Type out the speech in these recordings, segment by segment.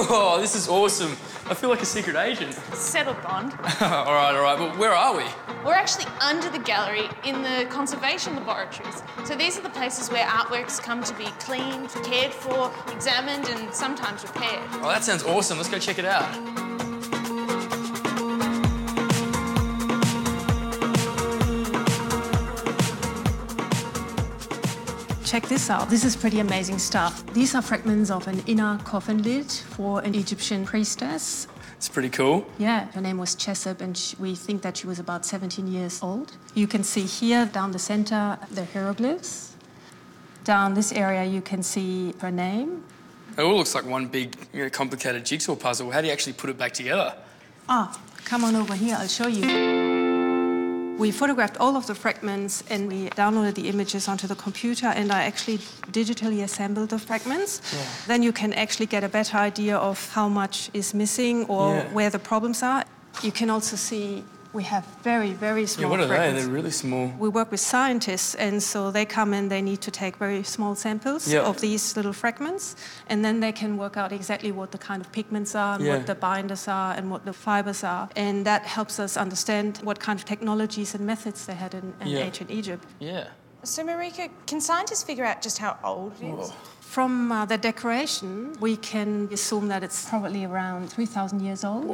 Oh, this is awesome. I feel like a secret agent. Settle, Bond. all right, all right. Well, where are we? We're actually under the gallery in the conservation laboratories. So these are the places where artworks come to be cleaned, cared for, examined, and sometimes repaired. Oh, that sounds awesome. Let's go check it out. Check this out. This is pretty amazing stuff. These are fragments of an inner coffin lid for an Egyptian priestess. It's pretty cool. Yeah, her name was Chesop, and sh we think that she was about 17 years old. You can see here down the center the hieroglyphs. Down this area, you can see her name. It all looks like one big, you know, complicated jigsaw puzzle. How do you actually put it back together? Ah, come on over here, I'll show you. We photographed all of the fragments and we downloaded the images onto the computer, and I actually digitally assembled the fragments. Then you can actually get a better idea of how much is missing or Yeah. where the problems are. You can also see we have very, very Yeah, small what are they? fragments. They're really small. We work with scientists, and so they come in, they need to take very small samples Yeah. of these little fragments, and then they can work out exactly what the kind of pigments are, and Yeah. what the binders are, and what the fibers are. And that helps us understand what kind of technologies and methods they had in, in Yeah. ancient Egypt. Yeah. So, Marika, can scientists figure out just how old it is? From uh, the decoration, we can assume that it's probably around 3,000 years old.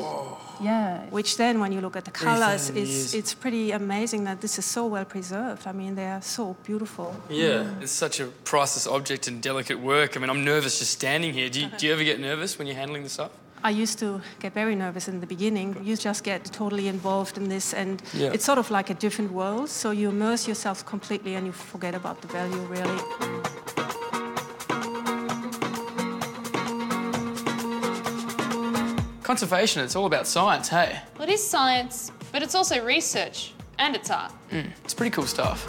Yeah. Which then, when you look at the colors, 3,000 years. it's, it's pretty amazing that this is so well preserved. I mean, they are so beautiful. Yeah. It's such a priceless object and delicate work. I mean, I'm nervous just standing here. Do you, do you ever get nervous when you're handling this stuff? I used to get very nervous in the beginning. You just get totally involved in this, and Yeah. it's sort of like a different world. So you immerse yourself completely and you forget about the value, really. Conservation, it's all about science, hey? Well, it is science, but it's also research and it's art. It's pretty cool stuff.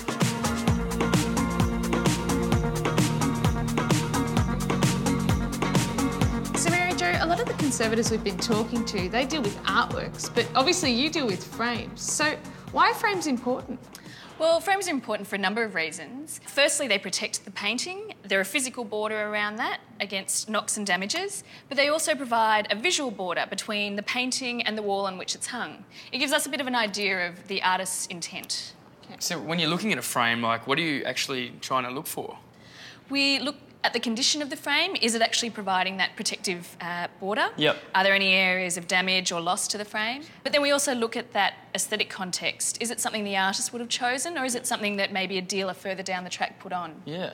So, Mary Jo, a lot of the conservators we've been talking to, they deal with artworks, but obviously you deal with frames. So, why are frames important? Well, frames are important for a number of reasons. Firstly, they protect the painting. They're a physical border around that against knocks and damages, but they also provide a visual border between the painting and the wall on which it's hung. It gives us a bit of an idea of the artist's intent. So when you're looking at a frame, like, what are you actually trying to look for? We look at the condition of the frame. Is it actually providing that protective uh, border? Yep. Are there any areas of damage or loss to the frame? But then we also look at that aesthetic context. Is it something the artist would have chosen, or is it something that maybe a dealer further down the track put on? Yeah.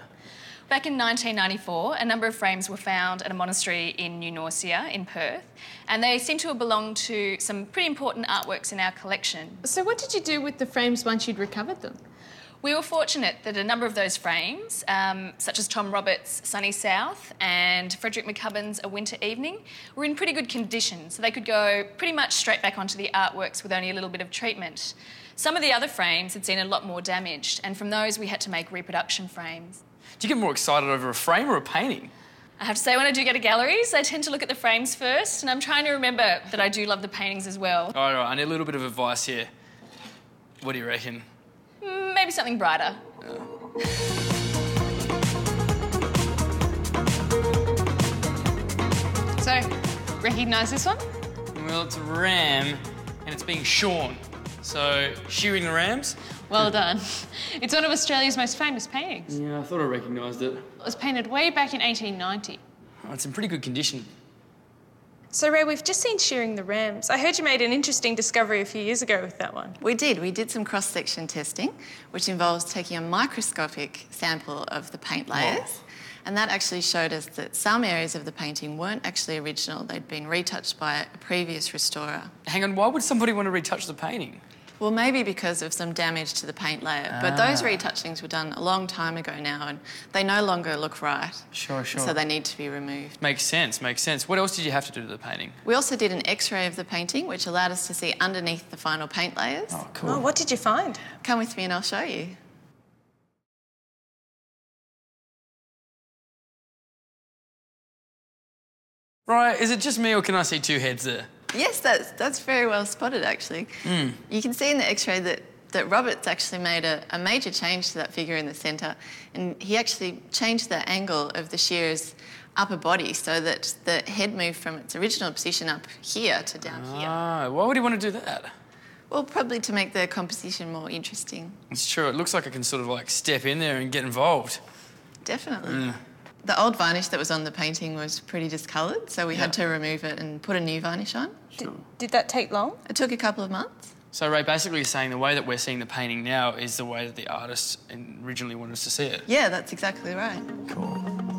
Back in 1994, a number of frames were found at a monastery in New Norcia in Perth, and they seem to have belonged to some pretty important artworks in our collection. So, what did you do with the frames once you'd recovered them? We were fortunate that a number of those frames, um, such as Tom Roberts' Sunny South and Frederick McCubbin's A Winter Evening, were in pretty good condition, so they could go pretty much straight back onto the artworks with only a little bit of treatment. Some of the other frames had seen a lot more damage, and from those we had to make reproduction frames. Do you get more excited over a frame or a painting? I have to say, when I do go to galleries, I tend to look at the frames first, and I'm trying to remember that I do love the paintings as well. All right, all right, I need a little bit of advice here. What do you reckon? Mm, Maybe something brighter. So, recognise this one? Well, it's a ram, and it's being shorn. So, shearing the rams? Well done. It's one of Australia's most famous paintings. Yeah, I thought I recognised it. It was painted way back in 1890. Oh, it's in pretty good condition. So, Ray, we've just seen shearing the rams. I heard you made an interesting discovery a few years ago with that one. We did. We did some cross section testing, which involves taking a microscopic sample of the paint layers. And that actually showed us that some areas of the painting weren't actually original, they'd been retouched by a previous restorer. Hang on, why would somebody want to retouch the painting? Well, maybe because of some damage to the paint layer, but Ah. those retouchings were done a long time ago now and they no longer look right. Sure, sure. So they need to be removed. Makes sense, makes sense. What else did you have to do to the painting? We also did an x ray of the painting, which allowed us to see underneath the final paint layers. Oh, cool. what did you find? Come with me and I'll show you. Right, is it just me or can I see two heads there? Yes, that's that's very well spotted actually. You can see in the X-ray that that Roberts actually made a, a major change to that figure in the centre, and he actually changed the angle of the shearer's upper body so that the head moved from its original position up here to down here. Ah, why would he want to do that? Well, probably to make the composition more interesting. It's true. It looks like I can sort of like step in there and get involved. Definitely. The old varnish that was on the painting was pretty discoloured, so we had to remove it and put a new varnish on. Did, did that take long? It took a couple of months. So Ray, basically, you're saying the way that we're seeing the painting now is the way that the artist in- originally wanted us to see it. Yeah, that's exactly right. Cool.